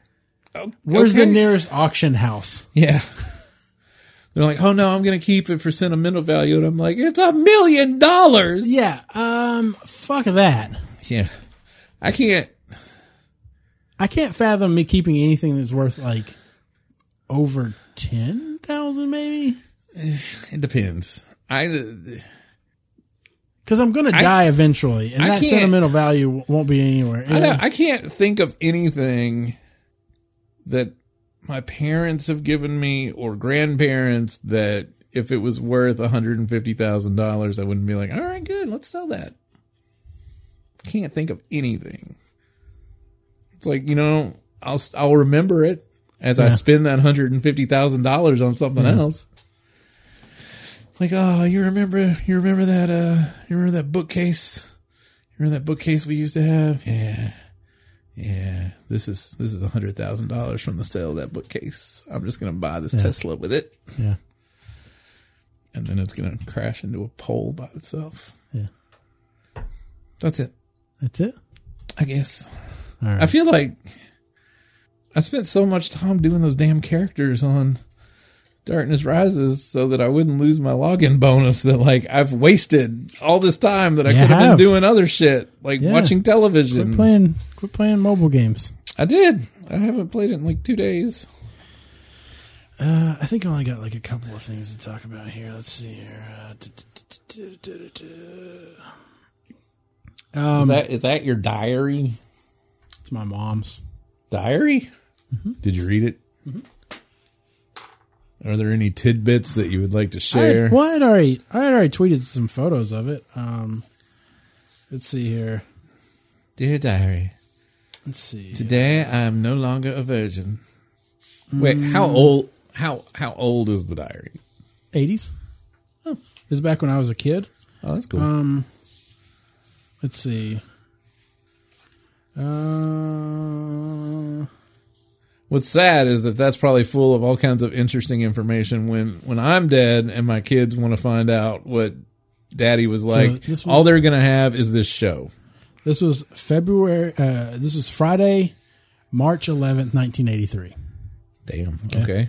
Speaker 2: oh,
Speaker 1: Where's the
Speaker 2: okay.
Speaker 1: nearest auction house?
Speaker 2: Yeah. They're like, oh no, I'm gonna keep it for sentimental value, and I'm like, it's a million dollars.
Speaker 1: Yeah. Um. Fuck that.
Speaker 2: Yeah, I can't.
Speaker 1: I can't fathom me keeping anything that's worth like over ten thousand, maybe.
Speaker 2: It depends. I
Speaker 1: Because I'm gonna die eventually, and
Speaker 2: I
Speaker 1: that
Speaker 2: can't-
Speaker 1: sentimental value w- won't be anywhere.
Speaker 2: I,
Speaker 1: Anyway,
Speaker 2: don't- I can't think of anything that my parents have given me or grandparents that if it was worth $150,000, I wouldn't be like, all right, good, let's sell that. Can't think of anything. It's like, you know, I'll, I'll remember it as I
Speaker 1: Yeah.
Speaker 2: spend that $150,000 on something else. Like, oh, you remember, you remember that, uh, you remember that bookcase? You remember that bookcase we used to have? Yeah. Yeah. This is, this is a hundred thousand dollars from the sale of that bookcase. I'm just going to buy this Tesla with it.
Speaker 1: yeah.
Speaker 2: And then it's going to crash into a pole by itself.
Speaker 1: Yeah.
Speaker 2: That's it.
Speaker 1: That's it.
Speaker 2: I guess.
Speaker 1: All right.
Speaker 2: I feel like I spent so much time doing those damn characters on Darkness Rises so that I wouldn't lose my login bonus that like I've wasted all this time that I
Speaker 1: You
Speaker 2: could have
Speaker 1: have.
Speaker 2: been doing other shit, like
Speaker 1: Yeah.
Speaker 2: watching
Speaker 1: quit
Speaker 2: television.
Speaker 1: playing. Quit playing mobile games.
Speaker 2: I did. I haven't played it in like two days.
Speaker 1: Uh, I think I only got like a couple of things to talk about here. Let's see here. Uh, du- du- du- du- du- du- du.
Speaker 2: Is
Speaker 1: Um,
Speaker 2: that is that your diary?
Speaker 1: it's my mom's.
Speaker 2: Diary? Did you read it? Are there any tidbits that you would like to
Speaker 1: I
Speaker 2: share?
Speaker 1: had, well, I had already, I had already tweeted some photos of it. Um, let's see here.
Speaker 2: Dear diary,
Speaker 1: Let's see.
Speaker 2: Today I am no longer a virgin. Wait, how old how how old is the diary?
Speaker 1: Eighties. Oh, it was back when I was a kid.
Speaker 2: Oh, that's cool.
Speaker 1: Um, let's see. Uh,
Speaker 2: What's sad is that that's probably full of all kinds of interesting information when when I'm dead and my kids want to find out what daddy was like.
Speaker 1: this was-
Speaker 2: all they're going to have is this show.
Speaker 1: this was February. Uh, this was Friday, March eleventh, nineteen eighty-three.
Speaker 2: Damn. Okay.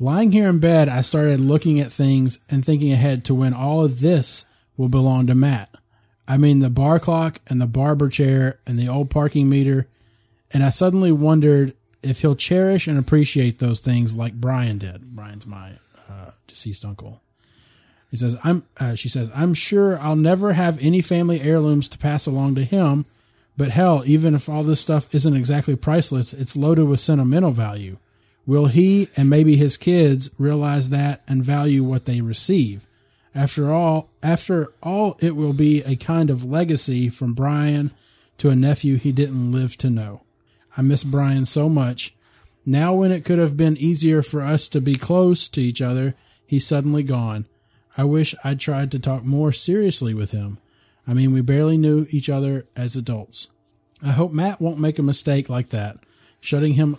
Speaker 1: Lying here in bed, I started looking at things and thinking ahead to when all of this will belong to Matt. I mean, the bar clock and the barber chair and the old parking meter. And I suddenly wondered if he'll cherish and appreciate those things like Brian did. Brian's my uh, deceased uncle. He says, "I'm." Uh, she says, "I'm sure I'll never have any family heirlooms to pass along to him, but hell, even if all this stuff isn't exactly priceless, it's loaded with sentimental value. Will he and maybe his kids realize that and value what they receive? After all, after all, it will be a kind of legacy from Brian to a nephew he didn't live to know. I miss Brian so much. Now, when it could have been easier for us to be close to each other, he's suddenly gone. I wish I'd tried to talk more seriously with him. I mean, we barely knew each other as adults. I hope Matt won't make a mistake like that, shutting him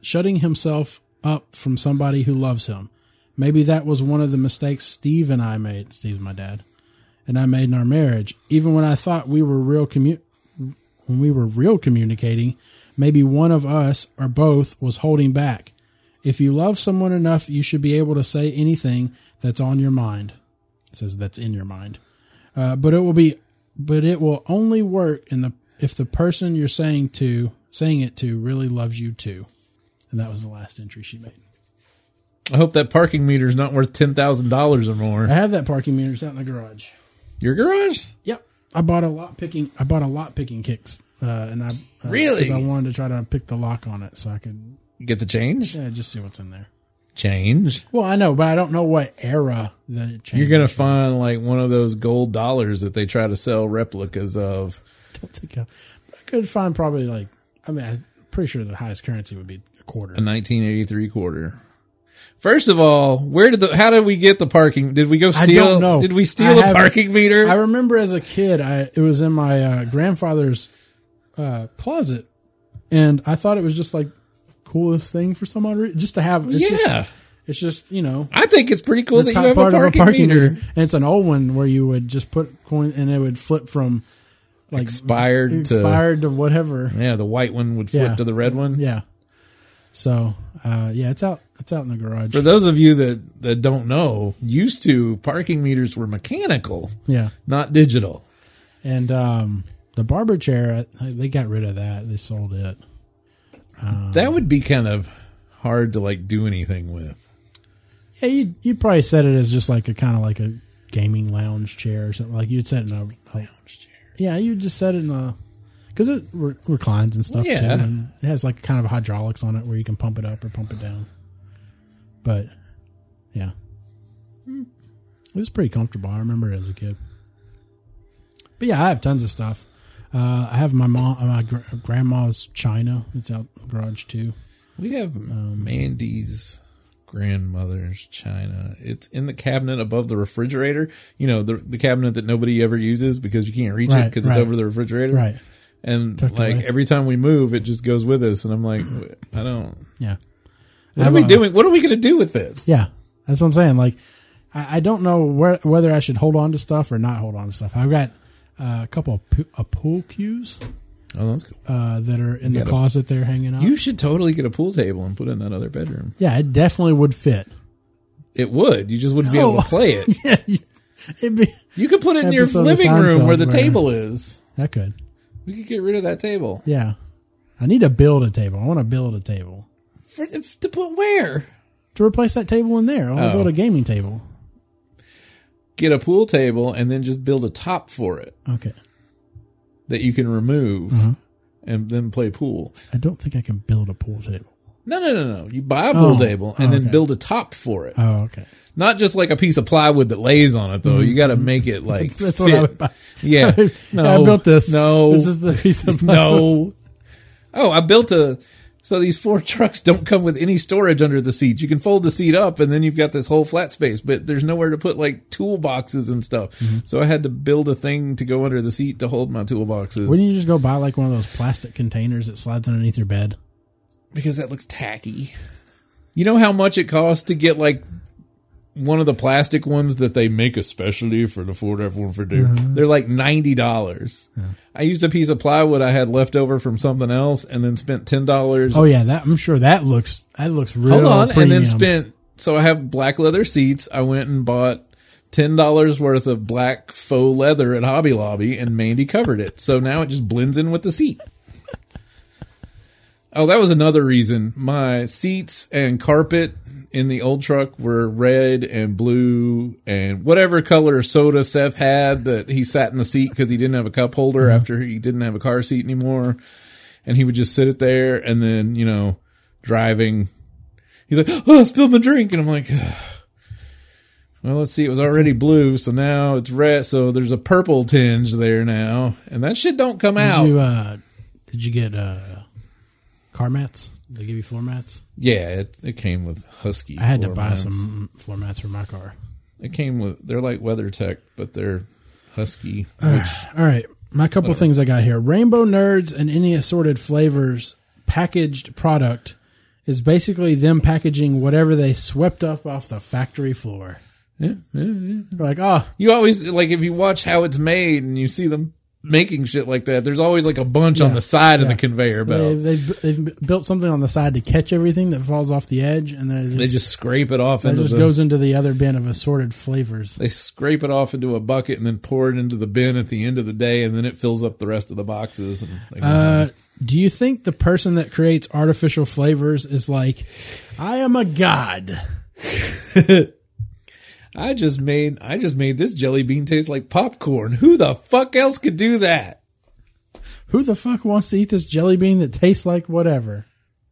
Speaker 1: shutting himself up from somebody who loves him. Maybe that was one of the mistakes Steve and I made. Steve's my dad, and I made in our marriage. Even when I thought we were real commu- when we were real communicating, maybe one of us or both was holding back. If you love someone enough, you should be able to say anything that's on your mind. It says that's in your mind. Uh, but it will be but it will only work in the if the person you're saying to saying it to really loves you too. And that was the last entry she made.
Speaker 2: I hope that parking meter's not worth ten thousand dollars or
Speaker 1: I
Speaker 2: more.
Speaker 1: have that parking meter set in the garage.
Speaker 2: Your garage?
Speaker 1: Yep. I bought a lot picking. I bought a lot picking kicks, uh, and I uh,
Speaker 2: Really?
Speaker 1: 'cause I wanted to try to pick the lock on it so I could
Speaker 2: Get the change?
Speaker 1: yeah, just see what's in there.
Speaker 2: Change.
Speaker 1: Well, I know, but I don't know what era the change.
Speaker 2: You're gonna find like one of those gold dollars that they try to sell replicas of.
Speaker 1: I, think I, I could find probably like. I mean, I'm pretty sure the highest currency would be a quarter.
Speaker 2: A 1983 quarter. First of all, where did the? How did we get the parking? Did we go
Speaker 1: I
Speaker 2: steal?
Speaker 1: don't know.
Speaker 2: Did we
Speaker 1: I
Speaker 2: steal a
Speaker 1: have-
Speaker 2: parking meter?
Speaker 1: I remember as a kid, I it was in my uh, grandfather's uh, closet, and I thought it was just like coolest thing for someone just to have. It's
Speaker 2: yeah,
Speaker 1: just, it's just you know
Speaker 2: I think it's pretty cool
Speaker 1: the
Speaker 2: that you
Speaker 1: top
Speaker 2: have a
Speaker 1: part
Speaker 2: parking,
Speaker 1: of a parking meter.
Speaker 2: meter.
Speaker 1: and it's an old one where you would just put coin and it would flip from like
Speaker 2: Expired,
Speaker 1: expired to whatever.
Speaker 2: to yeah, the white one would flip
Speaker 1: Yeah.
Speaker 2: to the red one.
Speaker 1: Yeah. So uh, yeah, it's out. It's out in the garage.
Speaker 2: For those of you that that don't know, used to parking meters were mechanical,
Speaker 1: yeah,
Speaker 2: not digital.
Speaker 1: and um, the barber chair I- they got rid of that. They sold it.
Speaker 2: that would be kind of hard to like do anything with.
Speaker 1: Yeah, you you probably set it as just like a kind of like a gaming lounge chair or something. Like you'd set it in a lounge chair. Yeah, you just set it in a because it re- reclines and stuff.
Speaker 2: Yeah.
Speaker 1: too, and it has like kind of hydraulics on it where you can pump it up or pump it down. But yeah, it was pretty comfortable. I remember it as a kid. But yeah, I have tons of stuff. Uh, I have my mom, my gr- grandma's china. It's out in the garage too.
Speaker 2: We have
Speaker 1: Um,
Speaker 2: Mandy's grandmother's china. It's in the cabinet above the refrigerator. You know, the the cabinet that nobody ever uses because you can't reach it
Speaker 1: Right,
Speaker 2: because it's
Speaker 1: right.
Speaker 2: over the refrigerator.
Speaker 1: Right.
Speaker 2: And
Speaker 1: Tucked
Speaker 2: like
Speaker 1: away.
Speaker 2: every time we move, it just goes with us. And I'm like, I don't.
Speaker 1: Yeah.
Speaker 2: What
Speaker 1: I
Speaker 2: are we
Speaker 1: have a-
Speaker 2: doing? What are we going to do with this?
Speaker 1: Yeah, that's what I'm saying. Like, I, I don't know where, whether I should hold on to stuff or not hold on to stuff. I've got uh, a couple of pu- uh, pool cues
Speaker 2: Oh, that's cool.
Speaker 1: uh, that are in the
Speaker 2: got a-
Speaker 1: closet. They're hanging out.
Speaker 2: You should totally get a pool table and put it in that other bedroom.
Speaker 1: yeah, it definitely would fit.
Speaker 2: It would. You just wouldn't be able
Speaker 1: No.
Speaker 2: to play it.
Speaker 1: It'd be
Speaker 2: You could put it in your
Speaker 1: Episode of
Speaker 2: living room
Speaker 1: Seinfeld
Speaker 2: where the
Speaker 1: where-
Speaker 2: table is.
Speaker 1: that could.
Speaker 2: We could get rid of that table.
Speaker 1: Yeah, I need to build a table. I want to build a table
Speaker 2: For, to put where?
Speaker 1: to replace that table in there. I want to
Speaker 2: Oh.
Speaker 1: build a gaming table.
Speaker 2: Get a pool table and then just build a top for it
Speaker 1: Okay,
Speaker 2: that you can remove
Speaker 1: Mm-hmm.
Speaker 2: and then play pool.
Speaker 1: I don't think I can build a pool table.
Speaker 2: No, no, no, no. You buy a pool
Speaker 1: Oh.
Speaker 2: table and
Speaker 1: Oh,
Speaker 2: then
Speaker 1: okay.
Speaker 2: build a top for it.
Speaker 1: Oh, okay.
Speaker 2: Not just like a piece of plywood that lays on it, though. You got to make it like.
Speaker 1: Mm-hmm. That's what I would
Speaker 2: fit.
Speaker 1: buy.
Speaker 2: Yeah.
Speaker 1: I built this.
Speaker 2: No.
Speaker 1: this is the piece of
Speaker 2: no. Oh, I built a. So these four trucks don't come with any storage under the seat. You can fold the seat up, and then you've got this whole flat space. But there's nowhere to put like toolboxes and stuff. So I had to build a thing to go under the seat to hold my toolboxes
Speaker 1: Wouldn't you just go buy like one of those plastic containers that slides underneath your bed?
Speaker 2: because that looks tacky. You know how much it costs to get like one of the plastic ones that they make especially for the Ford F one fifty. They're like ninety dollars. I used a piece of plywood I had left over from something else, and then spent ten dollars
Speaker 1: Oh yeah, that I'm sure that looks that looks real.
Speaker 2: Hold on, and
Speaker 1: premium.
Speaker 2: then spent. So I have black leather seats. I went and bought ten dollars worth of black faux leather at Hobby Lobby, and Mandy covered it. So now it just blends in with the seat. Oh, that was another reason. My seats and carpet in the old truck were red and blue and whatever color soda Seth had that he sat in the seat because he didn't have a cup holder
Speaker 1: Mm-hmm.
Speaker 2: after he didn't have a car seat anymore. And he would just sit it there and then, you know, driving. He's like, Oh, I spilled my drink. And I'm like, well, let's see. It was already blue. So now it's red. So there's a purple tinge there now. And that shit don't come out.
Speaker 1: Did you uh, did you get uh, car mats? Did they give you floor mats?
Speaker 2: Yeah, it, it came with husky.
Speaker 1: I had to
Speaker 2: floor
Speaker 1: buy
Speaker 2: mats.
Speaker 1: some floor mats for my car.
Speaker 2: It came with they're like WeatherTech, but they're husky.
Speaker 1: All right, my couple things I got here: Rainbow Nerds and any assorted flavors packaged product is basically them packaging whatever they swept up off the factory floor.
Speaker 2: Yeah, yeah, yeah.
Speaker 1: They're like, oh,
Speaker 2: You always like if you watch how it's made and you see them making shit like that. There's always like a bunch on the side of the conveyor belt.
Speaker 1: they've, they've, they've built something on the side to catch everything that falls off the edge, and then
Speaker 2: They just scrape it off
Speaker 1: That
Speaker 2: into
Speaker 1: just
Speaker 2: the.
Speaker 1: goes into the other bin of assorted flavors.
Speaker 2: they scrape it off into a bucket and then pour it into the bin at the end of the day, and then it fills up the rest of the boxes. And they go home.
Speaker 1: Uh, do you think the person that creates artificial flavors is like, I am a god?
Speaker 2: I just made I just made this jelly bean taste like popcorn. Who the fuck else could do that?
Speaker 1: Who the fuck wants to eat this jelly bean that tastes like whatever?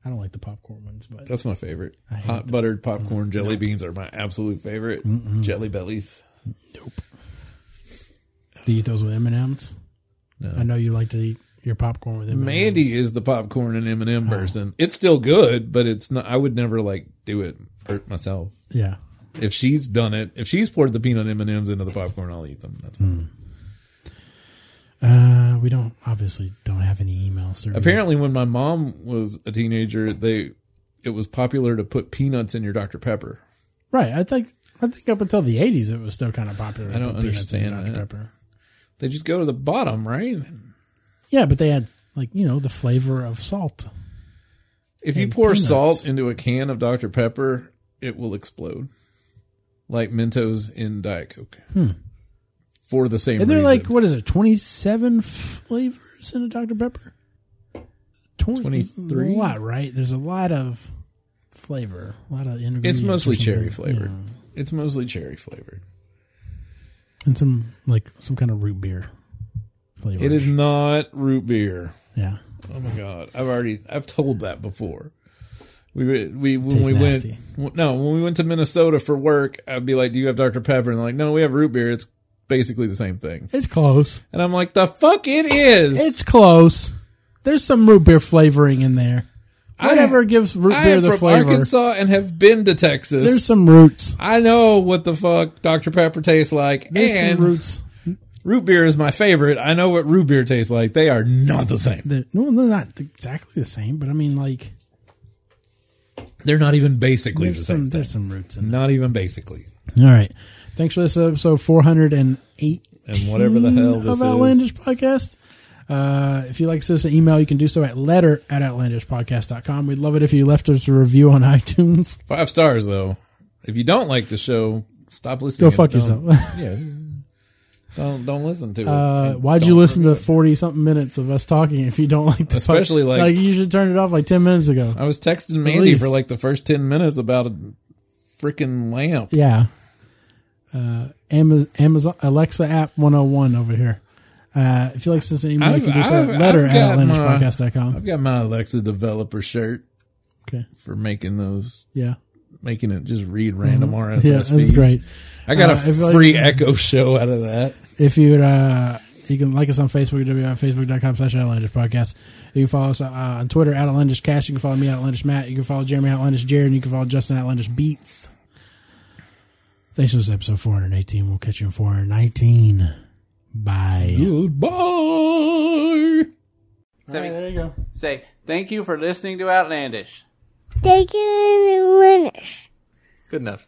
Speaker 1: I don't like the popcorn ones, but
Speaker 2: That's my favorite. Hot buttered popcorn jelly beans are my absolute favorite. Jelly bellies.
Speaker 1: do you eat those with M and M's?
Speaker 2: No.
Speaker 1: I know you like to eat your popcorn with M and M's.
Speaker 2: Mandy is the popcorn and M&M person. It's still good, but it's not I would never like do it hurt myself.
Speaker 1: yeah.
Speaker 2: If she's done it, if she's poured the peanut M&Ms into the popcorn, I'll eat them. That's fine.
Speaker 1: Uh, we don't obviously don't have any emails. to read.
Speaker 2: Apparently, when my mom was a teenager, they it was popular to put peanuts in your Dr Pepper.
Speaker 1: right? I think I think up until the eighties, it was still kind of popular. to
Speaker 2: I don't
Speaker 1: put peanuts in
Speaker 2: understand
Speaker 1: Dr.
Speaker 2: that.
Speaker 1: Pepper.
Speaker 2: They just go to the bottom, right?
Speaker 1: Yeah, but they had like you know the flavor of salt.
Speaker 2: If you
Speaker 1: And
Speaker 2: pour
Speaker 1: peanuts.
Speaker 2: salt into a can of Dr Pepper, it will explode, like Mentos in Diet Coke. For the same
Speaker 1: Hmm. And they're
Speaker 2: reason,
Speaker 1: like, what is it, 27 flavors in a Dr. Pepper? 20,
Speaker 2: 23?
Speaker 1: A lot, right? There's a lot of flavor, a lot of ingredients.
Speaker 2: it's mostly
Speaker 1: or something,
Speaker 2: cherry flavored.
Speaker 1: yeah.
Speaker 2: It's mostly cherry flavored.
Speaker 1: And some, like, some kind of root beer flavor.
Speaker 2: It is not root beer.
Speaker 1: Yeah.
Speaker 2: Oh my god! I've already I've told that before. We we when
Speaker 1: Tastes
Speaker 2: we
Speaker 1: nasty.
Speaker 2: went no when we went to Minnesota for work, I'd be like, "Do you have Dr Pepper?" And they're like, "No, we have root beer. It's basically the same thing."
Speaker 1: It's close.
Speaker 2: And I'm like, "The fuck it is."
Speaker 1: It's close. There's some root beer flavoring in there. Whatever gives root
Speaker 2: I
Speaker 1: beer
Speaker 2: am
Speaker 1: the
Speaker 2: from
Speaker 1: flavor.
Speaker 2: Arkansas and have been to Texas.
Speaker 1: There's some roots.
Speaker 2: I know what the fuck Dr Pepper tastes like,
Speaker 1: There's
Speaker 2: and
Speaker 1: some
Speaker 2: root-,
Speaker 1: roots.
Speaker 2: beer is my favorite. I know what root beer tastes like. They are not the same.
Speaker 1: They're, no, they're not exactly the same, but I mean, like,
Speaker 2: They're not even basically the
Speaker 1: there's
Speaker 2: same.
Speaker 1: some,
Speaker 2: thing.
Speaker 1: there's some roots in there.
Speaker 2: Not even basically.
Speaker 1: All right. Thanks for this episode 408
Speaker 2: And whatever the hell this
Speaker 1: of
Speaker 2: is.
Speaker 1: Outlandish Podcast. Uh, if you'd like to send us an email, you can do so at letter at outlandishpodcast.com. We'd love it if you left us a review on iTunes.
Speaker 2: Five stars though. If you don't like the show, stop listening.
Speaker 1: Go fuck
Speaker 2: Don't-
Speaker 1: yourself.
Speaker 2: yeah. Don't don't listen to it.
Speaker 1: Uh,
Speaker 2: And
Speaker 1: why'd you
Speaker 2: don't
Speaker 1: listen to
Speaker 2: review it.
Speaker 1: 40 something minutes of us talking if you don't like the
Speaker 2: Especially, like-
Speaker 1: like you should turn it off like 10 minutes ago.
Speaker 2: I was texting Mandy
Speaker 1: least.
Speaker 2: for like the first ten minutes about a freaking lamp.
Speaker 1: Yeah. Uh, Amaz- Amazon Alexa app 101 over here. Uh, if you like to send us an email, you
Speaker 2: I've-
Speaker 1: can do so
Speaker 2: I've-
Speaker 1: at letter
Speaker 2: I've
Speaker 1: at
Speaker 2: got my-
Speaker 1: outlandishpodcast.com.
Speaker 2: I've got my Alexa developer shirt
Speaker 1: Okay.
Speaker 2: for making those
Speaker 1: Yeah.
Speaker 2: making it just read random RSS.
Speaker 1: Mm-hmm. Yeah, that's
Speaker 2: feeds.
Speaker 1: great.
Speaker 2: I got
Speaker 1: Uh, I feel
Speaker 2: a
Speaker 1: like-
Speaker 2: free Echo show out of that.
Speaker 1: If you would, uh, you can like us on Facebook, www.facebook.com slash Outlandish Podcast. You can follow us uh, on Twitter, at Outlandish Cash. You can follow me, at Outlandish Matt. You can follow Jeremy, at Outlandish Jared. And you can follow Justin, at Outlandish Beats. Thanks for this episode 418. We'll catch you in 419. Bye.
Speaker 2: Goodbye.
Speaker 4: Say,
Speaker 1: you go.
Speaker 4: say, thank you for listeners.
Speaker 5: Thank you, Linus.
Speaker 4: Good enough.